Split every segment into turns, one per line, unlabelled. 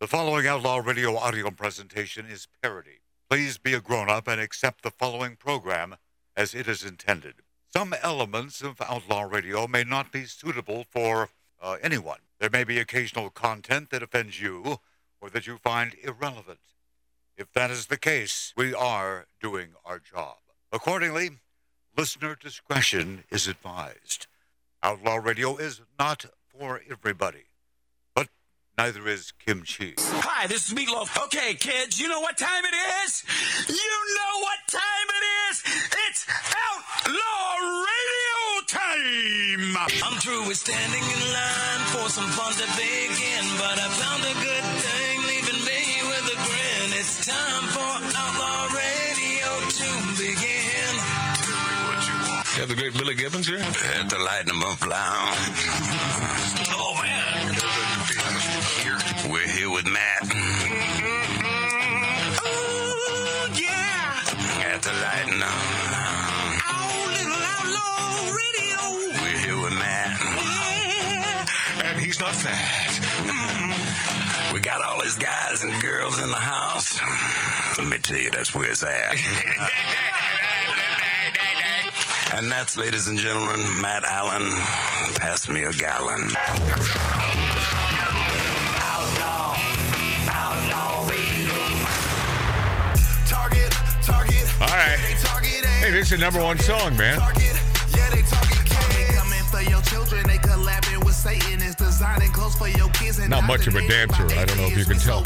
The following Outlaw Radio audio presentation is parody. Please be a grown up and accept the following program as it is intended. Some elements of Outlaw Radio may not be suitable for uh, anyone. There may be occasional content that offends you or that you find irrelevant. If that is the case, we are doing our job. Accordingly, listener discretion is advised. Outlaw Radio is not for everybody, but neither is kimchi.
Hi, this is Meatloaf. Okay, kids, you know what time it is? You know what time it is? It's Outlaw Radio time! I'm through with standing in line for some fun to begin, but I found a good thing leaving me with a grin. It's time for Outlaw Radio to begin. Tell me what you want.
You have the great Billy Gibbons here?
At the lightning of loud. Oh man. We're here with Matt. Oh yeah. At the lightning of loud. Oh little outlaw radio. We're here with Matt.
And he's not fat.
We got all these guys and girls in the house. Let me tell you, that's where it's at. and that's, ladies and gentlemen, Matt Allen. Pass me a gallon.
Target, target,
All right.
target,
Hey, this is the number one song, man.
target. Yeah, they target kids. Coming for your children, they collabing with Satan. It's designing clothes for your kids. And
Not much of a dancer. I don't know if you can tell.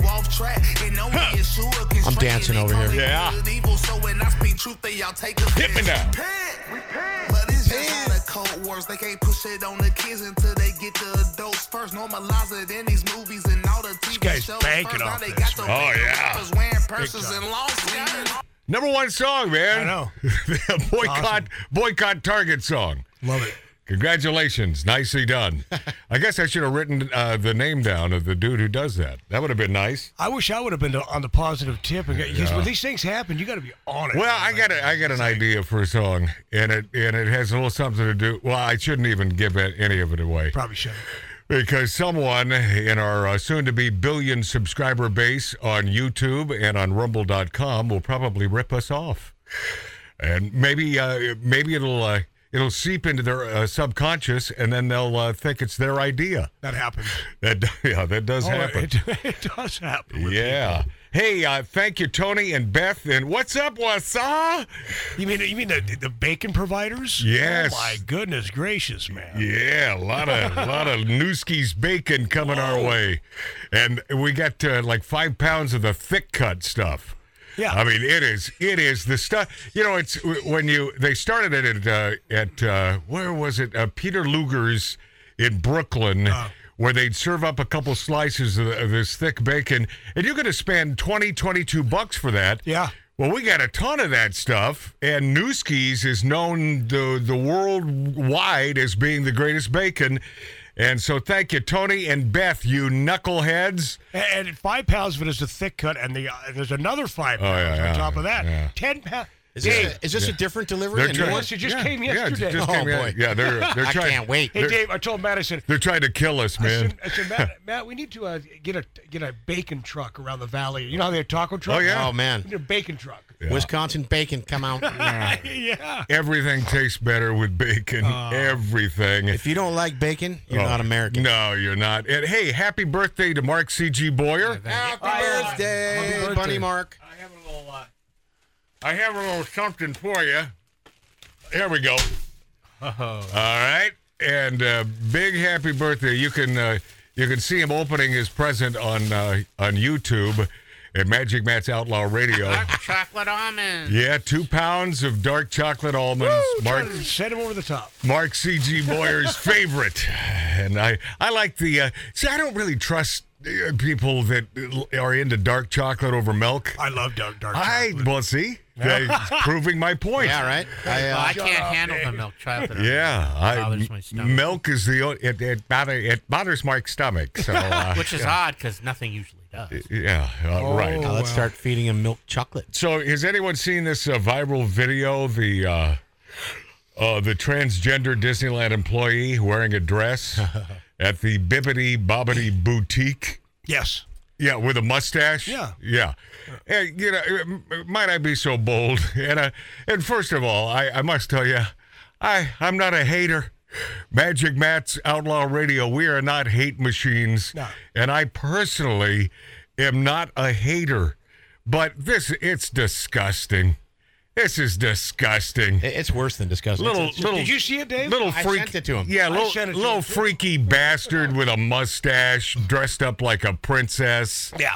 I'm dancing over here.
Yeah.
Evil, so when I speak truth, they all take offense.
Hit me now.
Repent. But it's just how the code works. They can't push it on the kids until they get the adults first. Normalize it in these movies and all the TV
guy's
shows.
banking
first. Now
off
they
this,
got the
man. Oh, yeah.
rappers Wearing purses and long skirts.
Number one song, man.
I know.
The boycott,
Awesome.
boycott Target song.
Love it.
Congratulations, nicely done. I guess I should have written uh, the name down of the dude who does that. That would have been nice.
I wish I would have been to, on the positive tip. And got, 'cause when these things happen, you got to be on it.
Well, I got a, I got an idea for a song, and it and it has a little something to do. Well, I shouldn't even give it, any of it away.
probably should.
Because someone in our uh, soon to be billion subscriber base on YouTube and on rumble.com will probably rip us off. And maybe uh, maybe it'll uh, it'll seep into their uh, subconscious and then they'll uh, think it's their idea.
That happens.
That yeah, that does
Oh,
happen.
it, it does happen. with
Yeah. Hey, uh, thank you Tony and Beth and what's up, Wassa?
people. You mean you mean the, the bacon providers?
Yes.
Oh my goodness gracious, man.
Yeah, a lot of lot of Newski's bacon coming our way, and we got uh, like five pounds of the thick cut stuff.
Yeah.
I mean it is it is the stuff. You know, it's when you they started it at uh, at uh, where was it? Uh, Peter Luger's in Brooklyn. where they'd serve up a couple slices of, of this thick bacon, and you're going to spend 20, 22 bucks for that.
Yeah.
Well, we got a ton of that stuff, and Newski's is known the the worldwide as being the greatest bacon. And so, thank you, Tony and Beth, you knuckleheads.
And, and five pounds of it is a thick cut, and the uh, and there's another five
Oh, yeah,
pounds
yeah,
on top of that.
yeah.
Ten pounds.
Is this, a, is this a different delivery?
They're
A new
trying-
one?
It just
yeah,
came
yeah,
yesterday.
just
Oh,
came in-
boy.
Yeah, they're they're
I
trying.
can't wait.
Hey
They're-
Dave, I told Matt. I said.
They're trying to kill us,
I
man.
said, I said Matt, Matt, we need to uh, get a get a bacon truck around the valley. You know how they have taco
Oh,
trucks?
yeah.
Oh
We
man,
need a bacon truck.
Wisconsin bacon, come out.
yeah.
Everything tastes better with bacon. Everything.
Uh, if you don't like bacon, you're not American.
Oh. No, you're not. And hey, happy birthday to Mark C.G. Boyer.
Happy,
Oh,
birthday,
happy birthday.
Bunny Mark.
I have a little. Uh,
I have a little something for you. Here we go.
Uh-huh.
All right, and uh, big happy birthday! You can uh, you can see him opening his present on uh, on YouTube at Magic Matt's Outlaw Radio.
Chocolate almonds.
yeah, two pounds of dark chocolate almonds. Mark
Set him over the top.
Mark C.G. Boyer's favorite. And I, I like the. Uh, see, I don't really trust uh, people that are into dark chocolate over milk.
I love dark dark
I, well, see, that's proving my point.
Yeah, right. I, uh,
I can't handle the milk chocolate.
Yeah,
It bothers
I-
my stomach.
milk is the o- it it, bother, it bothers Mark's stomach. So uh,
which is odd because nothing usually does.
yeah, uh,
Now
right.
let's start feeding him milk chocolate.
So has anyone seen this uh, viral video? The uh, uh, the transgender Disneyland employee wearing a dress at the Bibbity Bobbity Boutique.
Yes.
Yeah, with a mustache.
Yeah.
yeah. And, you know, m- might I be so bold? And I, and first of all, I, I must tell you, I I'm not a hater. Magic Matt's Outlaw Radio, we are not hate machines,
No.
and I personally am not a hater. But this, it's disgusting. This is disgusting.
It- It's worse than disgusting.
Little,
It's-
little.
Did you see it, Dave?
Little
I
freak.
sent it to him.
Yeah,
I
little,
sent it to
little
him, too.
freaky bastard with a mustache, dressed up like a princess.
Yeah.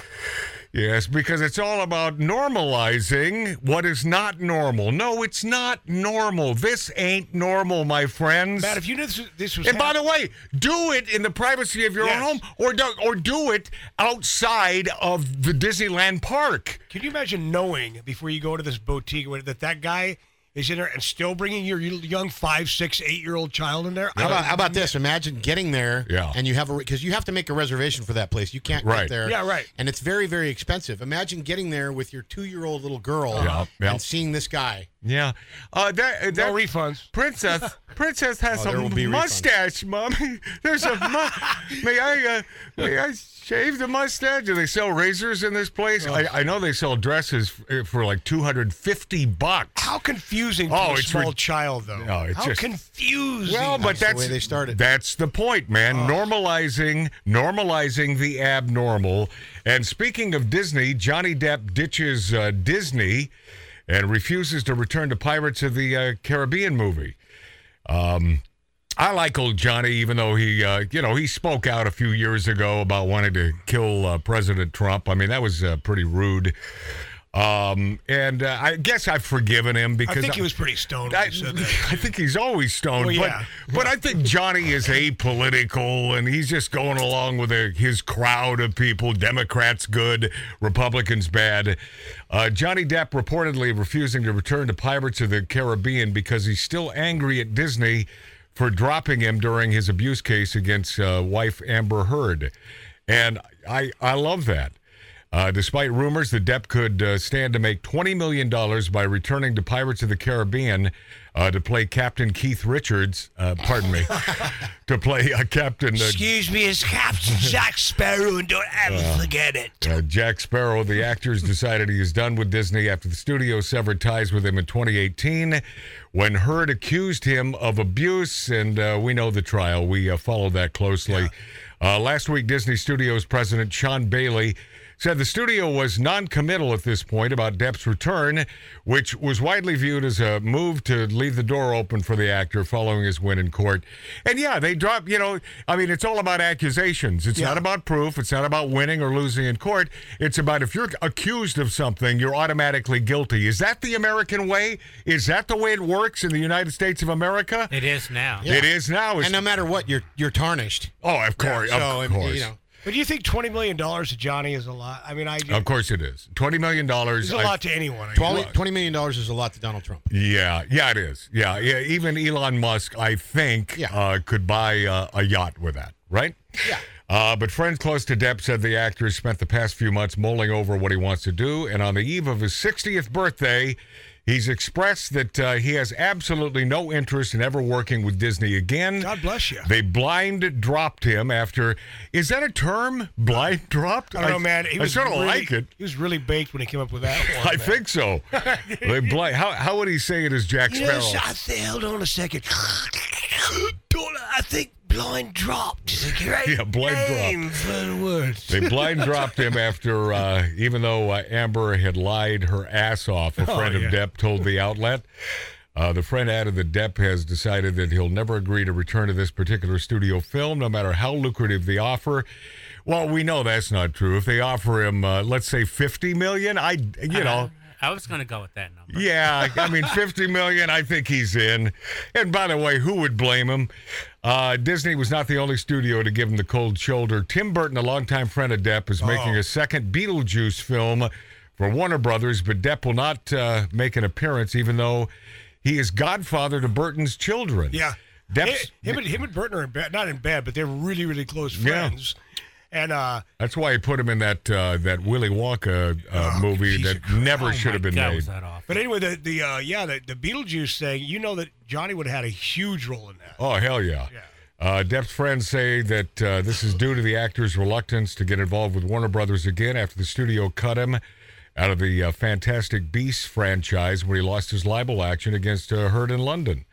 Yes, because it's all about normalizing what is not normal. No, it's not normal. This ain't normal, my friends.
Matt, if you knew this, this was
and by the way, do it in the privacy of your
Yes.
own home, or do, or do it outside of the Disneyland park.
Can you imagine knowing before you go to this boutique where- that that guy is in there and still bringing your young five, six, eight year old child in there?
How about, how about this? Imagine getting there,
Yeah.
and you have a because you have to make a reservation for that place. You can't
Right.
get there,
Yeah, right.
And it's very, very expensive. Imagine getting there with your two-year-old little girl
Yeah, yeah.
and seeing this guy.
Yeah, uh, that,
no
that
refunds?
Princess, Princess has
Oh, there
a
will be refunds.
mustache, mommy. There's a mu- may I uh, may I shave the mustache? Do they sell razors in this place?
Oh.
I, I know they sell dresses f- eh, for like two hundred fifty bucks.
How confusing to
Oh,
a
it's
small
rid-
child, though.
No, it's
how
just-
confusing.
Well, but
the
that's
way they started.
That's the point, man. Normalizing, normalizing the abnormal. And speaking of Disney, Johnny Depp ditches uh, Disney and refuses to return to Pirates of the uh, Caribbean movie. Um, I like old Johnny, even though he, uh, you know, he spoke out a few years ago about wanting to kill uh, President Trump. I mean, that was uh, pretty rude. Um, and uh, I guess I've forgiven him
I
because
think he was pretty stoned.
I,
When he said that.
I think he's always stoned,
Well,
but
yeah.
but I think Johnny is apolitical and he's just going along with uh his crowd of people. Democrats good, Republicans bad. Uh, Johnny Depp reportedly refusing to return to Pirates of the Caribbean because he's still angry at Disney for dropping him during his abuse case against uh, wife Amber Heard, and I I love that. Uh, despite rumors that Depp could uh, stand to make $20 million by returning to Pirates of the Caribbean uh, to play Captain Keith Richards, uh, pardon me, to play uh, Captain uh,
Excuse me, it's Captain Jack Sparrow, and don't ever forget it.
uh, Jack Sparrow, the actor has decided he is done with Disney after the studio severed ties with him in 2018 when Heard accused him of abuse. And uh, we know the trial, we uh, follow that closely. Uh, last week, Disney Studios president Sean Bailey said the studio was non-committal at this point about Depp's return, which was widely viewed as a move to leave the door open for the actor following his win in court. And yeah, they drop, you know, I mean, it's all about accusations. It's not about proof. It's not about winning or losing in court. It's about if you're accused of something, you're automatically guilty. Is that the American way? Is that the way it works in the United States of America?
It is now.
It is now. It's-
And no matter what, you're you're tarnished.
oh, of course,
so,
of course.
you know,
But do you think twenty million dollars to Johnny is a lot? I mean, I
Of course it is. $20 million.
it's a
I-
lot to anyone. I guess.
12 $20 million dollars is a lot to Donald Trump.
Yeah, yeah, it is. Yeah, yeah. Even Elon Musk, I think,
Yeah.
uh, could buy uh, a yacht with that, right?
Yeah.
Uh, but friends close to Depp said the actor has spent the past few months mulling over what he wants to do, and on the eve of his 60th birthday, he's expressed that uh, he has absolutely no interest in ever working with Disney again.
God bless you.
They blind dropped him after. Is that a term? Blind dropped?
I don't know, man. He
I
was
sort of
really-
like it.
He was really baked when he came up with that one.
I think so. they blind. How, how would he say it as Jack Sparrow?
Yes, I th- hold on a second. Don't- I think blind dropped is a great
Yeah, blind dropped.
name for the words.
They blind dropped him after, uh, even though uh, Amber had lied her ass off, a friend of Depp told the outlet. Uh, the friend added that Depp has decided that he'll never agree to return to this particular studio film, no matter how lucrative the offer. Well, we know that's not true. If they offer him, uh, let's say, fifty million, I, you know,
Oh, I was gonna go with that number.
yeah, I mean, 50 million, I think he's in. And by the way, who would blame him? Uh, Disney was not the only studio to give him the cold shoulder. Tim Burton, a longtime friend of Depp, is making
Oh.
a second Beetlejuice film for Warner Brothers, but Depp will not uh, make an appearance, even though he is godfather to Burton's children.
Yeah.
Depp's,
him, him and, him and Burton are in bed, not in bed, but they're really, really close
Yeah.
friends. And uh,
that's why he put him in that uh, that Willy Wonka uh, movie that never
Oh
should have
my
been
God,
made.
Was that off?
but anyway, the the uh, yeah, the, the Beetlejuice thing. You know that Johnny would have had a huge role in that.
Oh hell yeah! Uh, Depp's friends say that uh, this is due to the actor's reluctance to get involved with Warner Brothers again after the studio cut him out of the uh, Fantastic Beasts franchise when he lost his libel action against uh, Heard in London.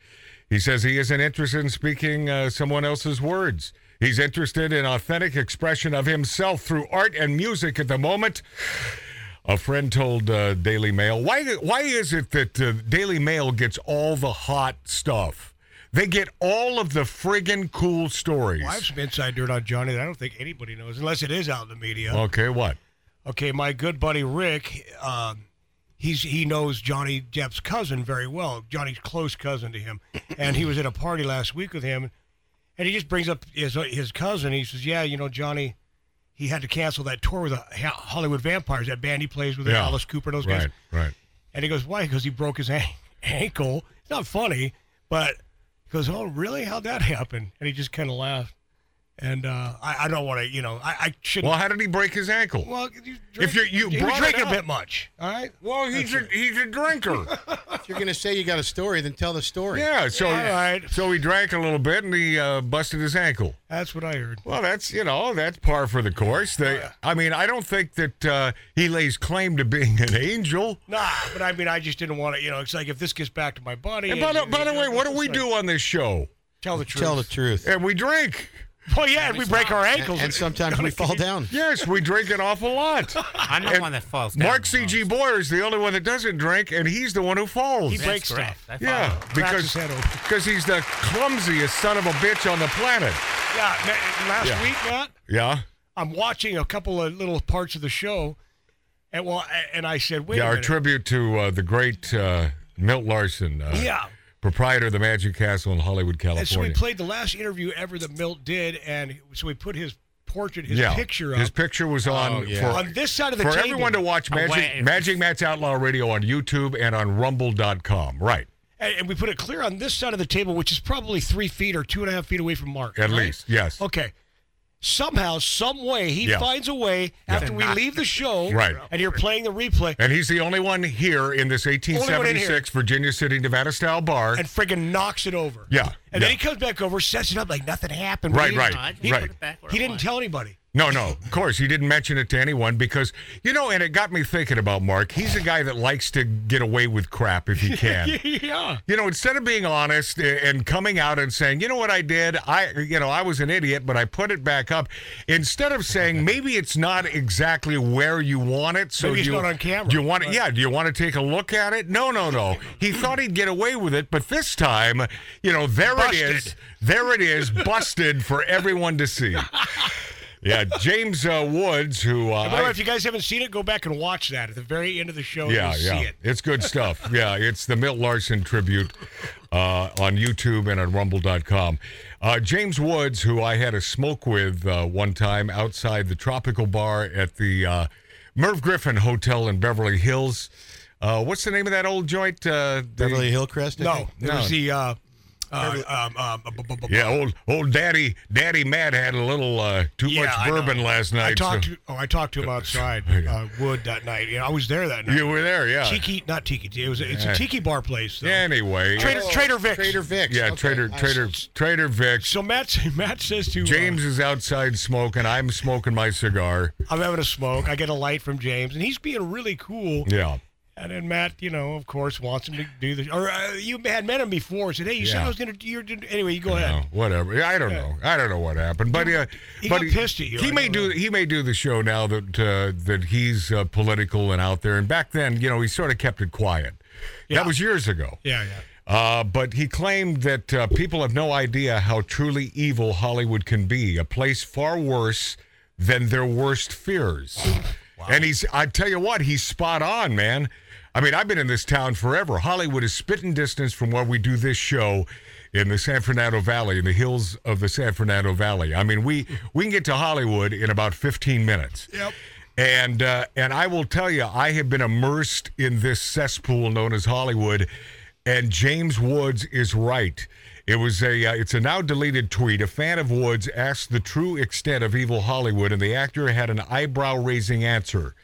He says he isn't interested in speaking uh, someone else's words. He's interested in authentic expression of himself through art and music at the moment. A friend told uh, Daily Mail, why, why is it that uh, Daily Mail gets all the hot stuff? They get all of the friggin' cool stories.
Well, I have some inside dirt on Johnny that I don't think anybody knows, unless it is out in the media.
Okay, what?
Okay, my good buddy Rick, um, he's he knows Johnny Depp's cousin very well. Johnny's close cousin to him, and he was at a party last week with him, and he just brings up his his cousin. He says, "Yeah, you know Johnny, he had to cancel that tour with the Ho- Hollywood Vampires, that band he plays with,
Yeah.
Alice Cooper, those guys."
Right, right.
And he goes, "Why?" Because he broke his an- ankle. It's not funny, but he goes, "Oh, really? How'd that happen?" And he just kind of laughed. And uh, I, I don't want to, you know, I, I shouldn't.
Well, how did he break his ankle?
Well, you
If
drink-
you're- you
you're
brought it
drinking
up.
a bit much. All right.
Well, he's a, he's a drinker.
If you're going to say you got a story, then tell the story.
yeah, so
All right.
so he drank a little bit and he uh, busted his ankle.
That's what I heard.
Well, that's you know that's par for the course. They, I mean, I don't think that uh, he lays claim to being an angel.
Nah, but I mean, I just didn't want to. You know, it's like if this gets back to my buddy.
And by, the,
and-
by the way, what do
it's
we
like,
do on this show?
Tell the truth.
Tell the truth.
And we drink.
Well, yeah, and we break our ankles.
And sometimes we fall down.
Yes, we drink an awful lot.
I'm the
And
one that falls. Down
Mark C.G. Boyer is the only one that doesn't drink, and he's the one who falls.
He breaks
correct.
stuff.
I follow.
yeah,
Cracks
because
his head open.
because he's the clumsiest son of a bitch on the planet.
Yeah, ma- last
Yeah.
week, Matt,
Yeah,
I'm watching a couple of little parts of the show, and well, a- and I said, wait
yeah.
a
Our
minute.
tribute to uh, the great uh, Milt Larson, uh,
yeah.
proprietor of the Magic Castle in Hollywood,
And so we
California.
played the last interview ever that Milt did, and so we put his portrait, his
yeah,
picture up Oh,
his picture was on
yeah.
for
on this side of the
for
table.
everyone to watch Magic,
wait.
Magic Matt's Outlaw Radio on YouTube and on Rumble.com. Right,
and, and we put it clear on this side of the table, which is probably three feet or two and a half feet away from Mark.
at
right?
least. Yes.
Okay. Somehow, some way, he
Yeah.
finds a way after we leave the show,
Right.
And you're playing the replay
And he's the only one here in this
one in here.
1876 Virginia City, Nevada style bar.
and friggin' knocks it over.
Yeah,
And then
yeah.
he comes back over, sets it up like nothing happened.
Right,
He-
right,
No, I just
He-
put it back where
He
I
didn't
want.
tell anybody.
no, no, of course. He didn't mention it to anyone because, you know, and it got me thinking about Mark. He's a guy that likes to get away with crap if he can.
yeah.
You know, instead of being honest a- and coming out and saying, you know what I did? I, you know, I was an idiot, but I put it back up. Instead of saying, maybe it's not exactly where you want it. So
Maybe it's
you,
not on camera.
Do you want it? Yeah. Do you want to take a look at it? No, no, no. He thought he'd get away with it, but this time, you know, there it is.
Busted.
There it is, busted for everyone to see. Yeah, James uh, Woods, who uh,
By the way,
I-
if you guys haven't seen it, go back and watch that at the very end of the show.
yeah,
you'll
yeah.
see it.
It's good stuff. yeah, it's the Milt Larson tribute uh, on YouTube and on rumble.com. Uh, James Woods, who I had a smoke with uh, one time outside the Tropical Bar at the uh, Merv Griffin Hotel in Beverly Hills. Uh, what's the name of that old joint? Uh, the-
Beverly Hillcrest? I
No,
think?
it was the. Uh, uh, um, um, bu- bu- bu-
Yeah, old old Daddy Daddy Matt had a little uh, too
Yeah,
much
I know.
bourbon last night.
I talked
so-
to oh I talked to him outside uh, Wood that night. Yeah, I was there that night.
you were there, yeah.
tiki, not tiki. It was a, it's a tiki bar place. Though.
Anyway,
Trader Trader Vic's.
Trader Vic's.
yeah,
Okay.
Trader
I-
Trader Trader Vic's.
So Matt Matt says to uh,
James is outside smoking. I'm smoking my cigar.
I'm having a smoke. I get a light from James, and he's being really cool.
Yeah.
And then Matt, you know, of course, wants him to do this. Or uh, you had met him before. Said, "Hey, you said
Yeah.
I was going to do your." Anyway, you go
you know,
ahead.
whatever. Yeah, I don't know. I don't know what happened, but uh,
He
but
got pissed at you.
He
I
may
don't
do.
know.
He may do the show now that uh, that he's uh, political and out there. And back then, you know, he sort of kept it quiet.
Yeah.
That was years ago.
Yeah, yeah.
Uh, but he claimed that uh, people have no idea how truly evil Hollywood can be, a place far worse than their worst fears. And he's, I tell you what, he's spot on, man. I mean, I've been in this town forever. Hollywood is spitting distance from where we do this show in the San Fernando Valley, in the hills of the San Fernando Valley. I mean, we, we can get to Hollywood in about 15 minutes. Yep. And uh, and I will tell you, I have been immersed in this cesspool known as Hollywood, and James Woods is right. It was a uh, it's a now deleted tweet. A fan of Woods asked the true extent of evil Hollywood, and the actor had an eyebrow raising answer.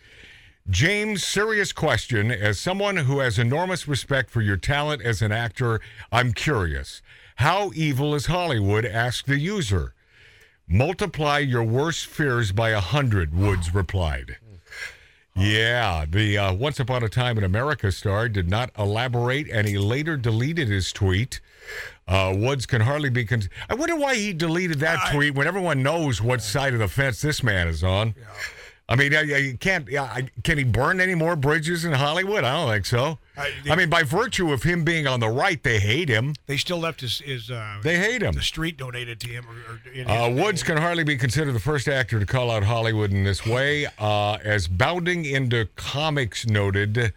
James, serious question. As someone who has enormous respect for your talent as an actor, I'm curious. How evil is Hollywood? Asked the user. Multiply your worst fears by a hundred, Woods replied. Yeah, the uh, Once Upon a Time in America star did not elaborate, and he later deleted his tweet. Uh, Woods can hardly be. Con- I wonder why he deleted that tweet when everyone knows what side of the fence this man is on. I mean, I, I- you can't. yeah, I, can he burn any more bridges in Hollywood? I don't think so. I,
I- the-
mean, by virtue of him being on the right, they hate him.
They still left his, his uh,
They hate him.
the street donated to him. Or, or in his
Uh,
name.
Woods can hardly be considered the first actor to call out Hollywood in this way. Uh, as Bounding into Comics noted,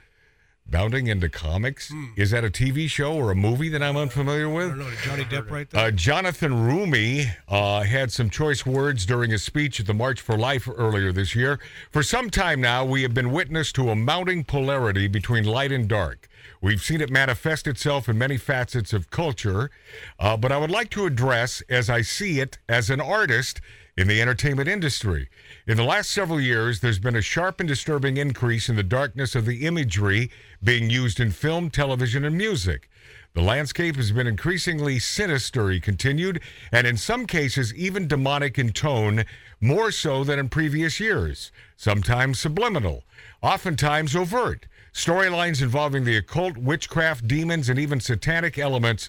Bounding into Comics? Is that a TV show or a movie that I'm unfamiliar with?
I don't know, did Johnny Depp right there.
Uh, Jonathan Rumi uh, had some choice words during his speech at the March for Life earlier this year. For some time now, we have been witness to a mounting polarity between light and dark. We've seen it manifest itself in many facets of culture, uh, but I would like to address, as I see it, as an artist in the entertainment industry. In the last several years, there's been a sharp and disturbing increase in the darkness of the imagery being used in film, television, and music. The landscape has been increasingly sinister, he continued, and in some cases even demonic in tone, more so than in previous years, sometimes subliminal, oftentimes overt. Storylines involving the occult, witchcraft, demons, and even satanic elements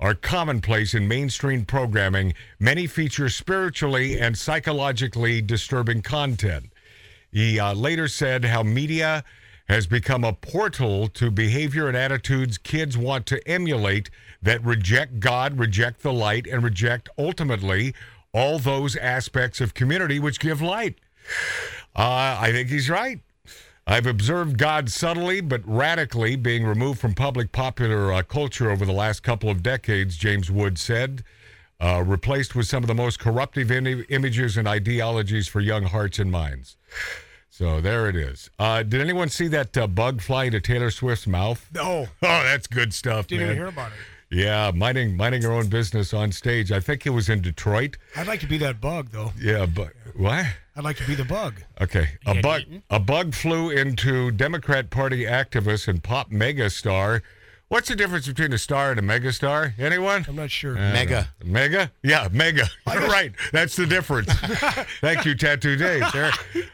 are commonplace in mainstream programming. Many feature spiritually and psychologically disturbing content. He uh, later said how media has become a portal to behavior and attitudes kids want to emulate that reject God, reject the light, and reject ultimately all those aspects of community which give light. Uh, I think he's right. I've observed God subtly but radically being removed from public popular uh, culture over the last couple of decades, James Wood said, uh, replaced with some of the most corruptive in- images and ideologies for young hearts and minds. So there it is. Uh, did anyone see that uh, bug fly into Taylor Swift's mouth?
no,
Oh, that's good stuff,
didn't
man.
even hear about it.
yeah, minding minding her own business on stage. I think it was in Detroit.
I'd like to be that bug, though.
Yeah, but what?
I'd like to be the bug.
Okay. A
Yeah,
bug
Keaton.
a bug flew into Democrat Party activist and pop megastar. What's the difference between a star and a megastar? Anyone?
I'm not sure.
Uh,
Mega.
Mega? Yeah, mega. right. That's the difference. Thank you, Tattoo Dave. There.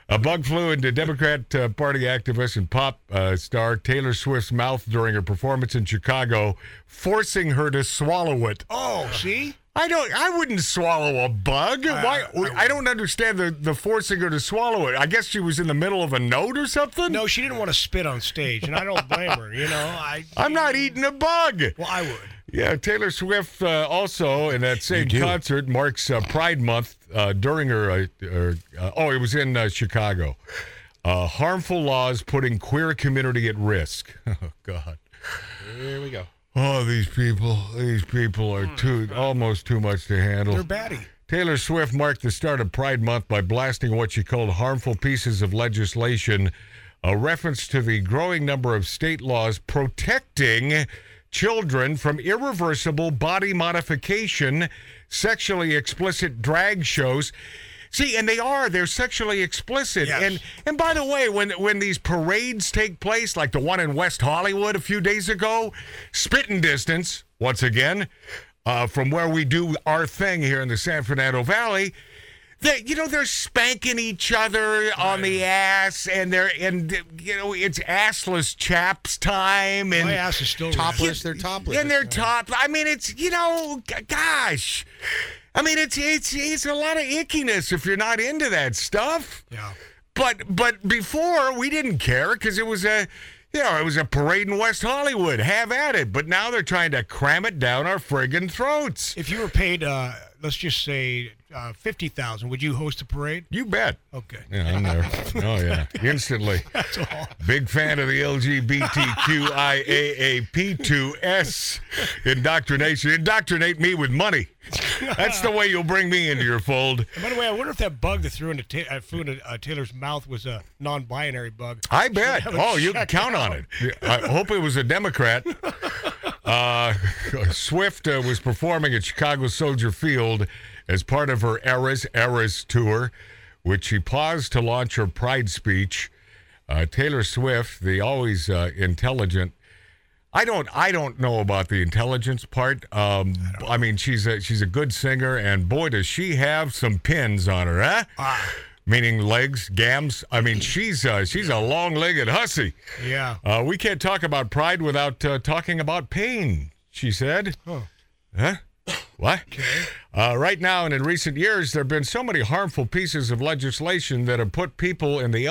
A bug flew into Democrat uh, Party activist and pop uh, star Taylor Swift's mouth during her performance in Chicago, forcing her to swallow it.
Oh, see?
I don't. I wouldn't swallow a bug. Why? I, don't understand the the forcing her to swallow it. I guess she was in the middle of a note or something.
No, she didn't want to spit on stage, and I don't blame her. You know, I.
I'm not eating a bug.
Well, I would.
Yeah, Taylor Swift uh, also in that same concert marks uh, Pride Month uh, during her. Uh, her uh, oh, it was in uh, Chicago. Uh, harmful laws putting queer community at risk. Oh God.
Here we go. Hmm,
Oh, these people. These people are too almost too much to handle.
They're batty.
Taylor Swift marked the start of Pride Month by blasting what she called harmful pieces of legislation, a reference to the growing number of state laws protecting children from irreversible body modification, sexually explicit drag shows. See, and they are, they're sexually explicit.
Yes.
And and by the way, when when these parades take place, like the one in West Hollywood a few days ago, spitting distance once again uh, from where we do our thing here in the San Fernando Valley, that you know they're spanking each other on the ass, and they're and you know it's assless chaps time, and
My ass is still
Oh, Topless. They're topless.
and they're top. I mean, it's you know, g- gosh. I mean, it's it's it's a lot of ickiness if you're not into that stuff.
Yeah.
But but before we didn't care because it was a you know it was a parade in West Hollywood. Have at it. But now they're trying to cram it down our friggin' throats.
If you were paid, uh, let's just say uh, fifty thousand, would you host a parade?
You bet.
Okay.
Yeah, I'm there. Oh yeah, instantly. Big fan of the LGBTQIAAP2S indoctrination. Indoctrinate me with money. That's the way you'll bring me into your fold.
And by the way, I wonder if that bug that threw into ta- uh, flew into uh, Taylor's mouth was a non-binary bug.
I bet.
haven't
Oh, you can
checked
count on it. I hope it was a Democrat. Uh, Swift uh, was performing at Chicago Soldier Field as part of her Eras Eras tour, which she paused to launch her Pride speech. Uh, Taylor Swift, the always uh, intelligent. I don't. I don't know about the intelligence part. Um, I, mean, she's a she's a good singer, and boy, does she have some pins on her, huh? Meaning legs, gams. I mean, she's uh, she's a long-legged hussy.
Yeah.
Uh, we can't talk about pride without uh, talking about pain, she said. Huh? What? Uh, right now and in recent years, there have been so many harmful pieces of legislation that have put people in the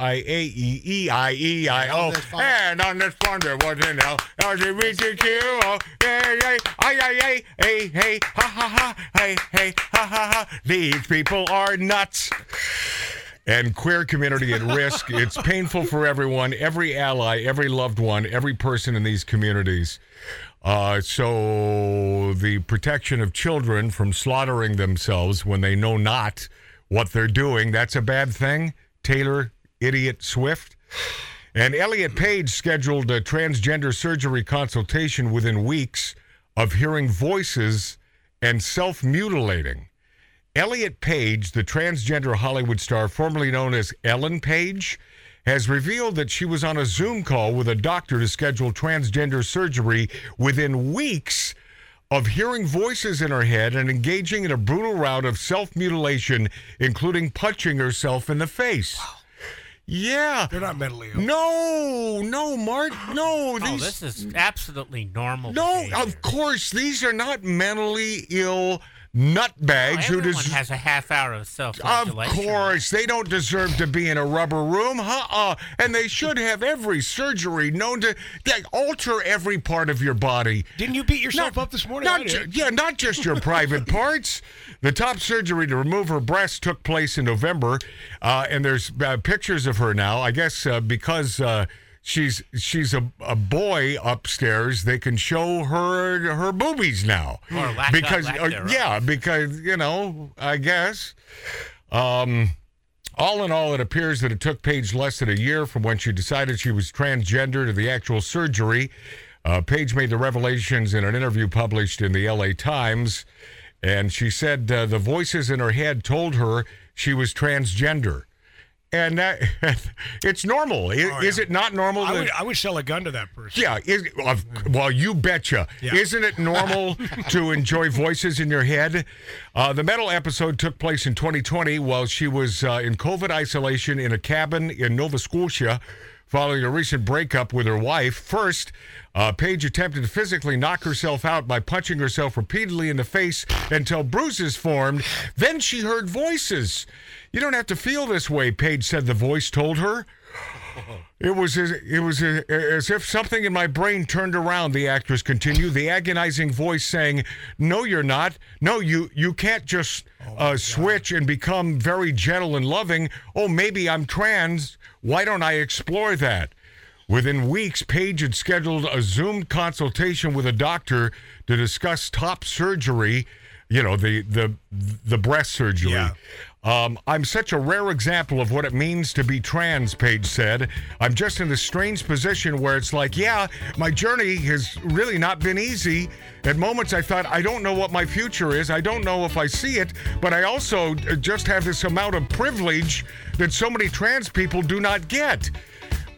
E
On
LGBTQIAEEIEIO
this farm.
and on this wonder what in hell LGBTQO yeah, yeah, ay, ay, ay, hey, hey, ha, ha, ha, hey, hey, ha, ha, ha. These people are nuts and queer community at risk. it's painful for everyone, every ally, every loved one, every person in these communities. Uh, so the protection of children from slaughtering themselves when they know not what they're doing, that's a bad thing. Taylor, idiot Swift. And Elliot Page scheduled a transgender surgery consultation within weeks of hearing voices and self mutilating. Elliot Page, the transgender Hollywood star formerly known as Ellen Page, has revealed that she was on a Zoom call with a doctor to schedule transgender surgery within weeks of hearing voices in her head and engaging in a brutal round of self mutilation, including punching herself in the face. Yeah.
They're not mentally ill.
No, no, Mark. No,
Oh,
these
this is absolutely normal.
no,
behavior.
of course, these are not mentally ill nutbags who
Everyone
des-
has a half hour of self
Of course, they don't deserve to be in a rubber room, uh-uh. And they should have every surgery known to they alter every part of your body.
Didn't you beat yourself up this morning? I
Not
did.
ju- yeah, not just your private parts. The top surgery to remove her breasts took place in November, uh, and there's uh, pictures of her now. I guess uh, because uh, she's she's a, a boy upstairs, they can show her her boobies now.
Or lack of-
because
lack
uh,
thereof.
yeah, because you know, I guess. Um, all in all, it appears that it took Paige less than a year from when she decided she was transgender to the actual surgery. Uh, Paige made the revelations in an interview published in the LA Times, and she said uh, the voices in her head told her she was transgender. And that, it's normal. I- Is it not normal?
Oh, I
that-
would, I would sell a gun to that person.
yeah, is, of, well, you betcha.
Yeah.
Isn't it normal to enjoy voices in your head? Uh, the metal episode took place in 2020 while she was uh, in COVID isolation in a cabin in Nova Scotia following a recent breakup with her wife. First, uh, Paige attempted to physically knock herself out by punching herself repeatedly in the face until bruises formed. Then she heard voices. You don't have to feel this way, Paige said the voice told her. It was as, it was as, as if something in my brain turned around. The actress continued, the agonizing voice saying, "No, you're not. No, you you can't just uh, switch and become very gentle and loving. Oh, maybe I'm trans. Why don't I explore that?" Within weeks, Paige had scheduled a Zoom consultation with a doctor to discuss top surgery. You know, the the the breast surgery.
Yeah.
Um, I'm such a rare example of what it means to be trans, Paige said. I'm just in this strange position where it's like, yeah, my journey has really not been easy. At moments, I thought, I don't know what my future is. I don't know if I see it, but I also uh, just have this amount of privilege that so many trans people do not get.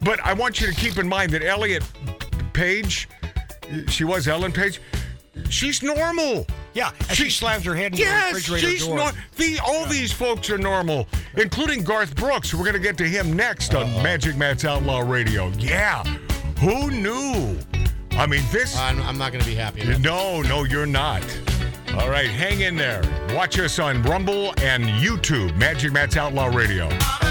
But I want you to keep in mind that Elliot Page, she was Ellen Page, she's normal.
Yeah, and she, slams her head into the
Yes,
refrigerator
she's
door.
nor- the, all these folks are normal, including Garth Brooks. We're going to get to him next on
Uh-huh.
Magic Matt's Outlaw Radio. Yeah, who knew? I mean, this.
Uh,
I'm, I'm not going to be happy. about that.
no, no, you're not. All right, hang in there. Watch us on Rumble and YouTube, Magic Matt's Outlaw Radio.
I'm